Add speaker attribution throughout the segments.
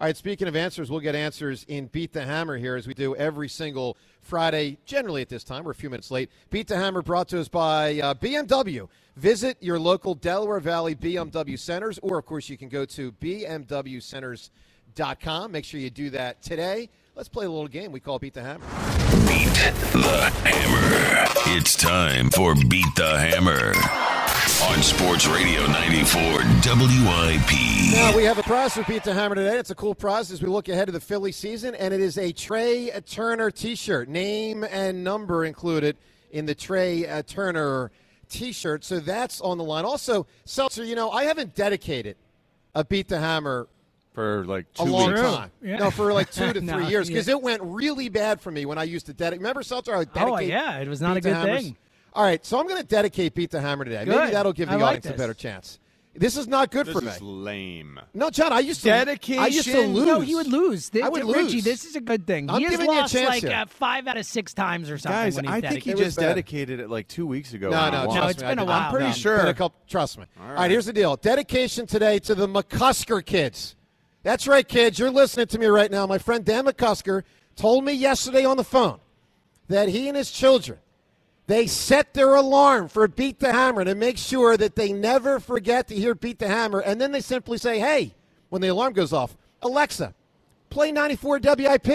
Speaker 1: All right, speaking of answers, we'll get answers in Beat the Hammer here as we do every single Friday, generally at this time. We're a few minutes late. Beat the Hammer brought to us by uh, BMW. Visit your local Delaware Valley BMW centers, or of course, you can go to BMWcenters.com. Make sure you do that today. Let's play a little game we call Beat the Hammer.
Speaker 2: Beat the Hammer. It's time for Beat the Hammer on Sports Radio 94 WIP.
Speaker 1: Now we have a prize for Pizza Hammer today. It's a cool prize as we look ahead to the Philly season, and it is a Trey uh, Turner T-shirt, name and number included in the Trey uh, Turner T-shirt. So that's on the line. Also, Seltzer, you know I haven't dedicated a Beat the Hammer
Speaker 3: for like two
Speaker 1: a long
Speaker 3: weeks.
Speaker 1: time.
Speaker 4: Yeah.
Speaker 1: No, for like two to three
Speaker 4: No,
Speaker 1: years because
Speaker 4: yeah.
Speaker 1: it went really bad for me when I used to dedicate. Remember, Seltzer? I would dedicate.
Speaker 4: Oh, yeah, it was not a
Speaker 1: Pizza
Speaker 4: good
Speaker 1: Hammers.
Speaker 4: thing.
Speaker 1: All right, so I'm going to dedicate Beat the Hammer today. Maybe
Speaker 4: Good.
Speaker 1: that'll give the
Speaker 4: I like
Speaker 1: audience a
Speaker 4: this.
Speaker 1: better chance. This is not good
Speaker 3: This
Speaker 1: for me.
Speaker 3: is lame.
Speaker 1: No, John, I used to
Speaker 3: Dedication?
Speaker 1: I used to lose.
Speaker 4: No, he would lose. Th-
Speaker 1: I would
Speaker 4: Richie,
Speaker 1: lose.
Speaker 4: this is a good thing.
Speaker 1: I'm
Speaker 4: he has
Speaker 1: giving you a
Speaker 4: lost
Speaker 1: chance
Speaker 4: like
Speaker 1: here.
Speaker 4: uh, five out of six times or something.
Speaker 3: Guys,
Speaker 4: when he's
Speaker 3: I think he
Speaker 4: dedicated.
Speaker 1: It was
Speaker 3: just
Speaker 1: bad.
Speaker 3: dedicated it like two weeks ago.
Speaker 1: No,
Speaker 3: and
Speaker 1: no,
Speaker 3: won.
Speaker 4: No,
Speaker 1: trust
Speaker 4: it's
Speaker 1: me, I
Speaker 4: been a
Speaker 1: did-
Speaker 4: while.
Speaker 1: I'm pretty
Speaker 4: No.
Speaker 1: sure. Been a couple- trust me. All right, here's the deal. Dedication today to the McCusker kids. That's right, kids. You're listening to me right now. My friend Dan McCusker told me yesterday on the phone that he and his children they set their alarm for Beat the Hammer to make sure that they never forget to hear Beat the Hammer, and then they simply say, "Hey," when the alarm goes off, Alexa, play 94 WIP,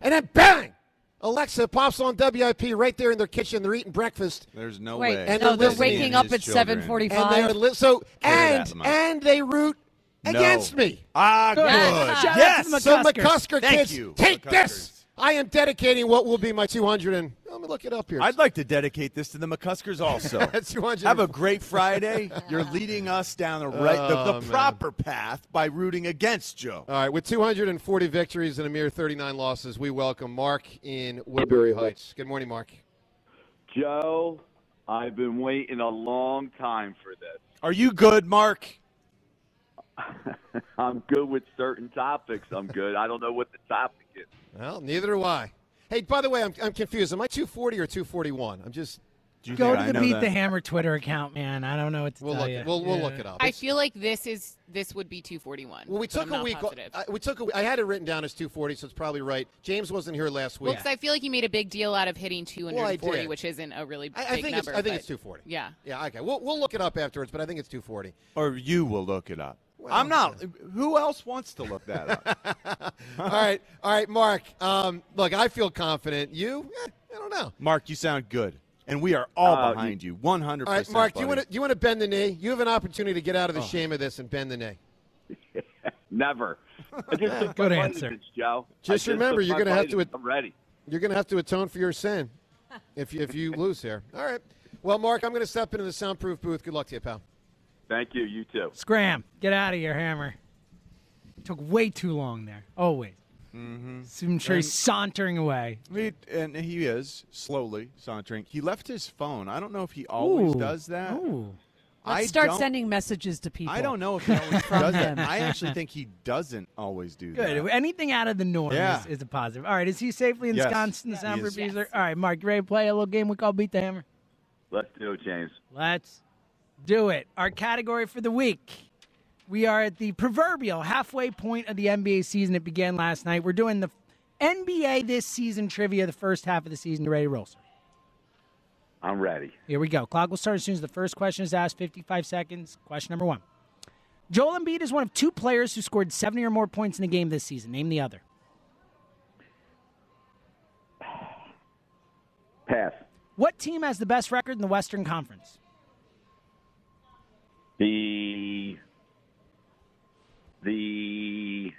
Speaker 1: and then bang, Alexa pops on WIP right there in their kitchen. They're eating breakfast.
Speaker 3: There's no
Speaker 5: Wait,
Speaker 3: way.
Speaker 1: And
Speaker 5: no,
Speaker 1: they're
Speaker 5: they're waking
Speaker 1: listening.
Speaker 5: up
Speaker 3: His
Speaker 5: at
Speaker 3: children.
Speaker 5: 7:45.
Speaker 1: and they're li- so
Speaker 3: Care
Speaker 1: and
Speaker 3: that much.
Speaker 1: and they root
Speaker 3: No.
Speaker 1: against me.
Speaker 3: Ah, good.
Speaker 4: Shout out to
Speaker 3: Yes.
Speaker 4: the
Speaker 1: So
Speaker 4: McCuskers.
Speaker 1: McCusker
Speaker 3: Thank
Speaker 1: kids,
Speaker 3: you,
Speaker 1: take
Speaker 3: McCuskers.
Speaker 1: this. I am dedicating what will be my 200 and let me look it up here.
Speaker 3: I'd like to dedicate this to the McCuskers also.
Speaker 1: That's 200.
Speaker 3: Have a great Friday. You're leading us down the right, the,
Speaker 1: Oh,
Speaker 3: the
Speaker 1: man.
Speaker 3: proper path by rooting against Joe.
Speaker 1: All right, with 240 victories and a mere 39 losses, we welcome Mark in Woodbury Heights. Good morning, Mark.
Speaker 6: Joe, I've been waiting a long time for this.
Speaker 3: Are you good, Mark?
Speaker 6: I'm good with certain topics. I'm good. I don't know what the topic is.
Speaker 1: Well, neither do I. Hey, by the way, I'm, I'm confused. Am I 240 or 241? I'm just
Speaker 3: Do you
Speaker 4: Go
Speaker 3: think
Speaker 4: to
Speaker 3: I
Speaker 4: the
Speaker 3: know
Speaker 4: Beat
Speaker 3: that?
Speaker 4: the Hammer Twitter account, man. I don't know what to
Speaker 1: we'll
Speaker 4: tell
Speaker 1: look
Speaker 4: you.
Speaker 1: it, we'll, we'll
Speaker 4: Oh, Yeah.
Speaker 1: look it up.
Speaker 5: I
Speaker 1: It's-
Speaker 5: feel like this is this would be 241.
Speaker 1: well, we
Speaker 5: but
Speaker 1: took
Speaker 5: I'm
Speaker 1: a
Speaker 5: not
Speaker 1: week.
Speaker 5: positive.
Speaker 1: I, we took. A, I had it written down as 240, so it's probably right. James wasn't here last
Speaker 5: well,
Speaker 1: week.
Speaker 5: 'cause I feel like you made a big deal out of hitting 240,
Speaker 1: did.
Speaker 5: which isn't a really big
Speaker 1: I, I think it's.
Speaker 5: number.
Speaker 1: I think
Speaker 5: but-
Speaker 1: it's 240.
Speaker 5: Yeah.
Speaker 1: Yeah. Okay. We'll, we'll look it up afterwards, but I think it's 240.
Speaker 3: Or you will look it up. I'm not. Who else wants to look that up?
Speaker 1: all right. All right, Mark. Um, look, I feel confident. You? Eh, I don't know.
Speaker 3: Mark, you sound good, and we are all
Speaker 6: Uh,
Speaker 3: behind you, 100.
Speaker 1: All right, Mark. Do you want to? You want to bend the knee? You have an opportunity to get out of
Speaker 6: Oh.
Speaker 1: the shame of this and bend the knee.
Speaker 6: Never. I just took
Speaker 4: Good
Speaker 6: my
Speaker 4: answer.
Speaker 6: vitamins, Joe. I
Speaker 1: Just remember,
Speaker 6: took
Speaker 1: you're
Speaker 6: my
Speaker 1: gonna have to
Speaker 6: vitamins.
Speaker 1: ad-
Speaker 6: I'm ready.
Speaker 1: You're going to have to atone for your sin if you, if you lose here. All right. Well, Mark, I'm going to step into the soundproof booth. Good luck to you, pal.
Speaker 6: Thank you. You too.
Speaker 4: Scram. Get out of here, Hammer. Took way too long there. Oh, Always.
Speaker 1: Mm-hmm.
Speaker 4: So I'm sure he's sauntering away.
Speaker 3: He, and he is slowly sauntering. He left his phone. I don't know if he always
Speaker 4: Ooh.
Speaker 3: does
Speaker 1: Oh,
Speaker 3: that.
Speaker 4: Ooh.
Speaker 3: I
Speaker 7: Let's start
Speaker 3: don't-
Speaker 7: sending messages to people.
Speaker 3: I don't know if he always does
Speaker 7: him.
Speaker 3: that. I actually think he doesn't always do
Speaker 4: Good.
Speaker 3: that.
Speaker 4: Anything out of the norm
Speaker 3: Yeah.
Speaker 4: is, is a positive. All right, is he safely
Speaker 3: Yes.
Speaker 4: ensconced in the
Speaker 3: Yes.
Speaker 4: soundproof
Speaker 5: Yes.
Speaker 4: user? All right, Mark, you ready to play a little game we call Beat the Hammer?
Speaker 6: Let's do it, James.
Speaker 4: Let's do it. Our category for the week. We are at the proverbial halfway point of the NBA season. It began last night. We're doing the NBA this season trivia, the first half of the season. You ready to roll, sir?
Speaker 6: I'm ready.
Speaker 4: Here we go. Clock will start as soon as the first question is asked. 55 seconds. Question number one Joel Embiid is one of two players who scored 70 or more points in a game this season. Name the other.
Speaker 6: Pass.
Speaker 4: What team has the best record in the Western Conference?
Speaker 6: The the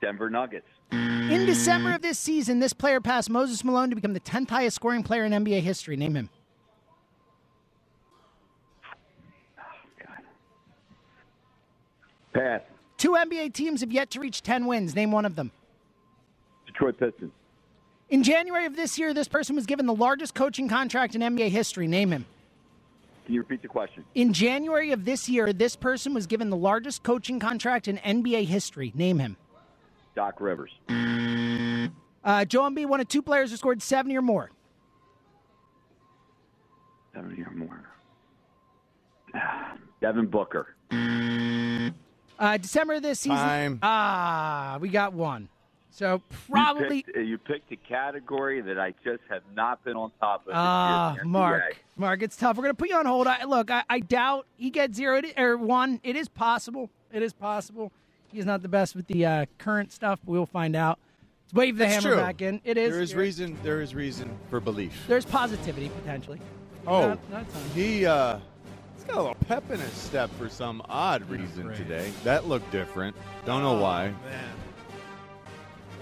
Speaker 6: Denver Nuggets.
Speaker 4: In December of this season, this player passed Moses Malone to become the 10th highest scoring player in NBA history. Name him.
Speaker 6: Oh, Pass.
Speaker 4: Two NBA teams have yet to reach 10 wins. Name one of them.
Speaker 6: Detroit Pistons.
Speaker 4: In January of this year, this person was given the largest coaching contract in NBA history. Name him.
Speaker 6: Can you repeat the question?
Speaker 4: In January of this year, this person was given the largest coaching contract in NBA history. Name him.
Speaker 6: Doc Rivers.
Speaker 4: Uh, Joe Embiid, one of two players who scored 70 or more.
Speaker 6: Seven year more. Devin Booker.
Speaker 4: Uh, December of this season.
Speaker 3: Time.
Speaker 4: Ah, we got one. So probably.
Speaker 6: You picked, uh, you picked a category that I just have not been on top of. this
Speaker 4: Ah,
Speaker 6: year, the NBA.
Speaker 4: Mark. Mark, it's tough. We're going to put you on hold. I, look, I, I doubt he gets zero it- or one. It is possible. It is possible. He's not the best with the uh, current stuff. But we'll find out. Let's wave the
Speaker 3: It's
Speaker 4: hammer
Speaker 3: true.
Speaker 4: back in. It is.
Speaker 3: There is
Speaker 4: you're-
Speaker 3: reason. There is reason for belief.
Speaker 4: There's positivity potentially.
Speaker 3: Oh,
Speaker 4: No, no, it's fine.
Speaker 3: he uh, he's got a little pep in his step for some odd reason today. That looked different. Don't
Speaker 6: Oh,
Speaker 7: Uh,
Speaker 3: know why.
Speaker 1: Man.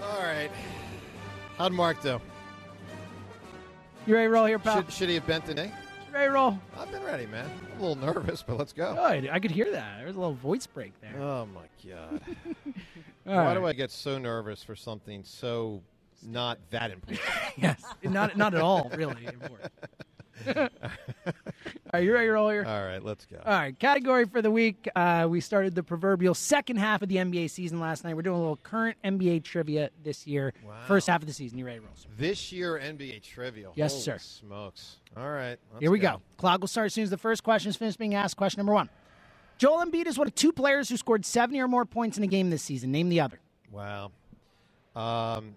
Speaker 1: All right. How'd Mark do?
Speaker 4: You ready to roll here, pal?
Speaker 1: Should, should he have bent today?
Speaker 4: ready to roll?
Speaker 1: I've been ready, man. I'm a little nervous, but let's go.
Speaker 4: Good. I could hear that. There was a little voice break there.
Speaker 1: Oh my god!
Speaker 4: All
Speaker 1: Uh, Why
Speaker 4: right.
Speaker 1: do I get so nervous for something so not that important?
Speaker 4: Yes. Not not at all, really. Important. Are you ready to roll here?
Speaker 1: All right, let's go.
Speaker 4: All right, category for the week. Uh, we started the proverbial second half of the NBA season last night. We're doing a little current NBA trivia this year.
Speaker 1: Wow.
Speaker 4: First half of the season. You ready to roll? sir?
Speaker 1: This year NBA trivia.
Speaker 4: Yes,
Speaker 1: Holy
Speaker 4: sir.
Speaker 1: Smokes. All right. let's
Speaker 4: Here we go. Clock will start as soon as the first question is finished being asked. Question number one. Joel Embiid is one of two players who scored 70 or more points in a game this season. Name the other.
Speaker 1: Wow. Um.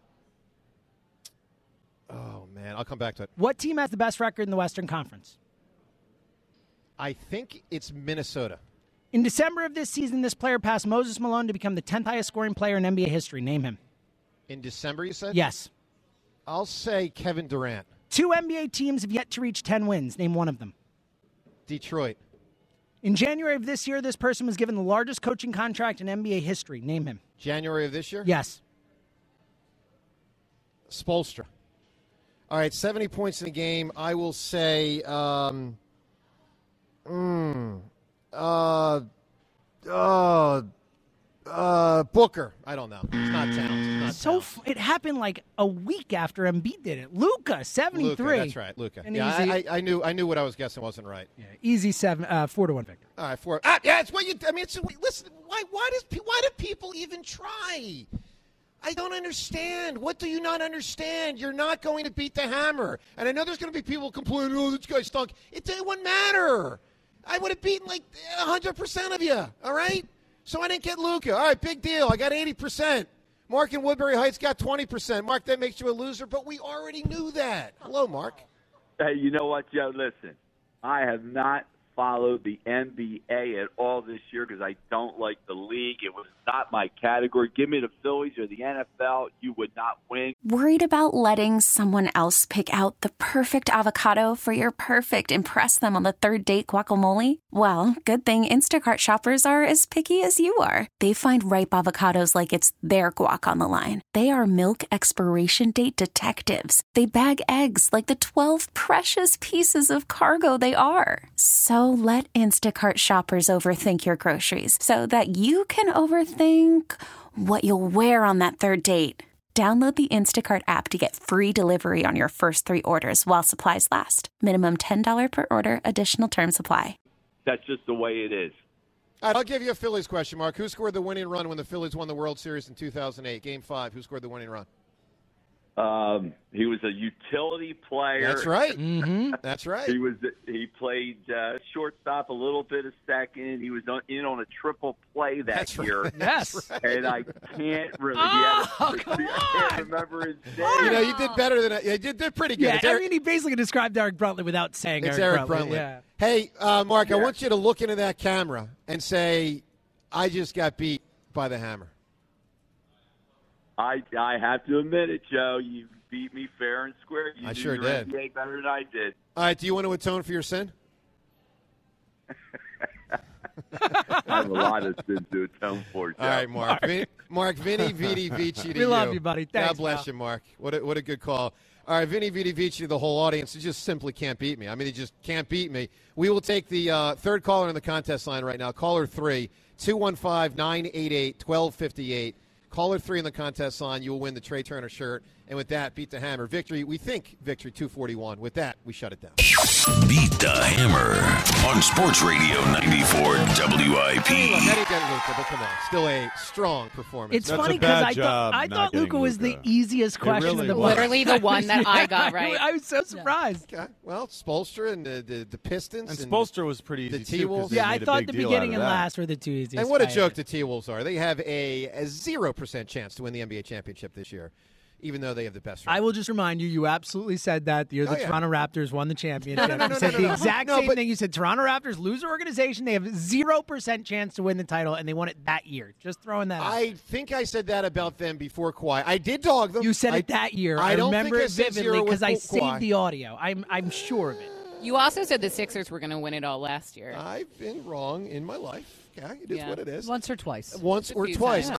Speaker 1: Oh man, I'll come back to it.
Speaker 4: What team has the best record in the Western Conference?
Speaker 1: I think it's Minnesota.
Speaker 4: In December of this season, this player passed Moses Malone to become the 10th highest scoring player in NBA history. Name him.
Speaker 1: In December, you said.
Speaker 4: Yes.
Speaker 1: I'll say Kevin Durant,
Speaker 4: Two NBA teams have yet to reach 10 wins. Name one of them.
Speaker 1: Detroit,
Speaker 4: In January of this year, this person was given the largest coaching contract in NBA history. Name him.
Speaker 1: January of this year.
Speaker 4: Yes.
Speaker 1: Spolstra. All right, 70 points in the game. I will say, um, mm, uh, uh, uh, Booker. I don't know. It's not Towns. It's not
Speaker 4: So
Speaker 1: Towns.
Speaker 4: f- it happened like a week after Embiid did it. Luca, 73.
Speaker 1: Luka, that's right, Luca.
Speaker 4: An
Speaker 1: Yeah,
Speaker 4: easy,
Speaker 1: I, I, I knew. I knew what I was guessing wasn't right.
Speaker 4: yeah, easy seven, uh, four to one victory.
Speaker 1: All right, four. Ah, yeah, it's what you. I mean, it's listen. Why? Why does? pe- Why do people even try? I don't understand. What do you not understand? You're not going to beat the hammer. And I know there's going to be people complaining, "Oh, this guy stunk." It didn't wouldn't matter. I would have beaten like 100 percent of you. All right. So I didn't get Luca. All right, big deal. I got 80 percent. Mark in Woodbury Heights got 20 percent. Mark, that makes you a loser. But we already knew that. Hello, Mark.
Speaker 6: Hey, you know what, Joe? Listen, I have not followed the NBA at all this year because I don't like the league. It was not my category. Give me the Phillies or the NFL. You would not win.
Speaker 7: Worried about letting someone else pick out the perfect avocado for your perfect impress them on the third date guacamole? Well, good thing Instacart shoppers are as picky as you are. They find ripe avocados like it's their guac on the line. They are milk expiration date detectives. They bag eggs like the 12 precious pieces of cargo they are. So let Instacart shoppers overthink your groceries so that you can overthink what you'll wear on that third date. Download the Instacart app to get free delivery on your first three orders while supplies last. Minimum $10 per order, additional term supply.
Speaker 6: That's just the way it is.
Speaker 1: All right, I'll give you a Phillies question, Mark. Who scored the winning run when the Phillies won the World Series in 2008? Game five. Who scored the winning run?
Speaker 6: Um, he was a utility player.
Speaker 1: That's right. That's
Speaker 6: He
Speaker 1: right.
Speaker 6: was. He played uh, shortstop a little bit of second. He was on, in on a triple play that
Speaker 1: That's right.
Speaker 6: year.
Speaker 4: Yes.
Speaker 6: And I can't really.
Speaker 4: Oh,
Speaker 6: he had a-
Speaker 4: come
Speaker 6: I can't
Speaker 4: on.
Speaker 6: remember his name.
Speaker 1: You know, you did better than I. You did, did pretty good.
Speaker 4: Yeah,
Speaker 1: it's
Speaker 4: I
Speaker 1: Eric,
Speaker 4: mean, he basically described Eric Bruntley without saying
Speaker 1: it's
Speaker 4: Eric,
Speaker 1: Eric Brunley.
Speaker 4: Yeah.
Speaker 1: Hey, uh, Mark, I want you to look into that camera and say, I just got beat by the hammer.
Speaker 6: I I have to admit it, Joe. You beat me fair and square. You
Speaker 1: I
Speaker 6: knew
Speaker 1: sure
Speaker 6: your
Speaker 1: did.
Speaker 6: NBA better than I did.
Speaker 1: All right, do you want to atone for your sin?
Speaker 6: I have a lot of sins to atone for. Joe.
Speaker 1: All right, Mark. Vin- Mark, Vinny, Vidi, Vici to
Speaker 6: We love you, buddy. Thanks,
Speaker 1: God bless
Speaker 6: pal.
Speaker 1: you, Mark. What a, what a good call. All right, Vinny, Vidi, Vici to the whole audience. They just simply can't beat me. I mean, they just can't beat me. We will take the uh, third caller in the contest line right now. Caller three, 215 988 1258. Caller three in the contest line. You will win the Trey Turner shirt. And with that, beat the hammer. Victory, we think victory 241. With that, we shut it down.
Speaker 2: Beat the Hammer on Sports Radio 94
Speaker 1: Well,
Speaker 2: WIP.
Speaker 1: Eddie didn't Luca, but come on. Still a strong performance.
Speaker 4: It's funny because I thought I thought Luca was the easiest question
Speaker 1: really
Speaker 4: of the
Speaker 1: was.
Speaker 4: bunch.
Speaker 1: Literally the one that I got right.
Speaker 4: I was so surprised.
Speaker 1: Okay. Well, Spolstra and the, the, the Pistons.
Speaker 4: And
Speaker 3: Spolstra was pretty
Speaker 1: The
Speaker 3: easy, too,
Speaker 1: T Wolves.
Speaker 3: 'cause they Yeah, I made a thought big the deal out beginning of and that.
Speaker 4: last were the two easiest.
Speaker 1: And what a
Speaker 4: I-
Speaker 1: joke the T Wolves are. They have a a 0% chance to win the NBA championship this year, even though they have the best record.
Speaker 4: I will just remind you, you absolutely said that the year the
Speaker 1: Oh, yeah.
Speaker 4: Toronto Raptors won the championship.
Speaker 1: No, no, no,
Speaker 4: you said
Speaker 1: no,
Speaker 4: the
Speaker 1: no, no.
Speaker 4: exact
Speaker 1: No,
Speaker 4: same
Speaker 1: but-
Speaker 4: thing. You said Toronto Raptors loser organization. They have zero percent chance to win the title, and they won it that year. Just throwing that. out.
Speaker 1: I think I said that about them before Kawhi. I did dog them.
Speaker 4: You said
Speaker 1: I-
Speaker 4: it that year.
Speaker 1: I, don't
Speaker 4: remember
Speaker 1: think
Speaker 4: it vividly because I saved the audio. I'm I'm sure of it.
Speaker 5: You also said the Sixers were going to win it all last year.
Speaker 1: I've been wrong in my life. Okay, it is
Speaker 5: Yeah.
Speaker 1: Uh, what it is.
Speaker 5: Once or twice.
Speaker 1: Once
Speaker 5: A
Speaker 1: or
Speaker 5: few
Speaker 1: twice.
Speaker 5: times.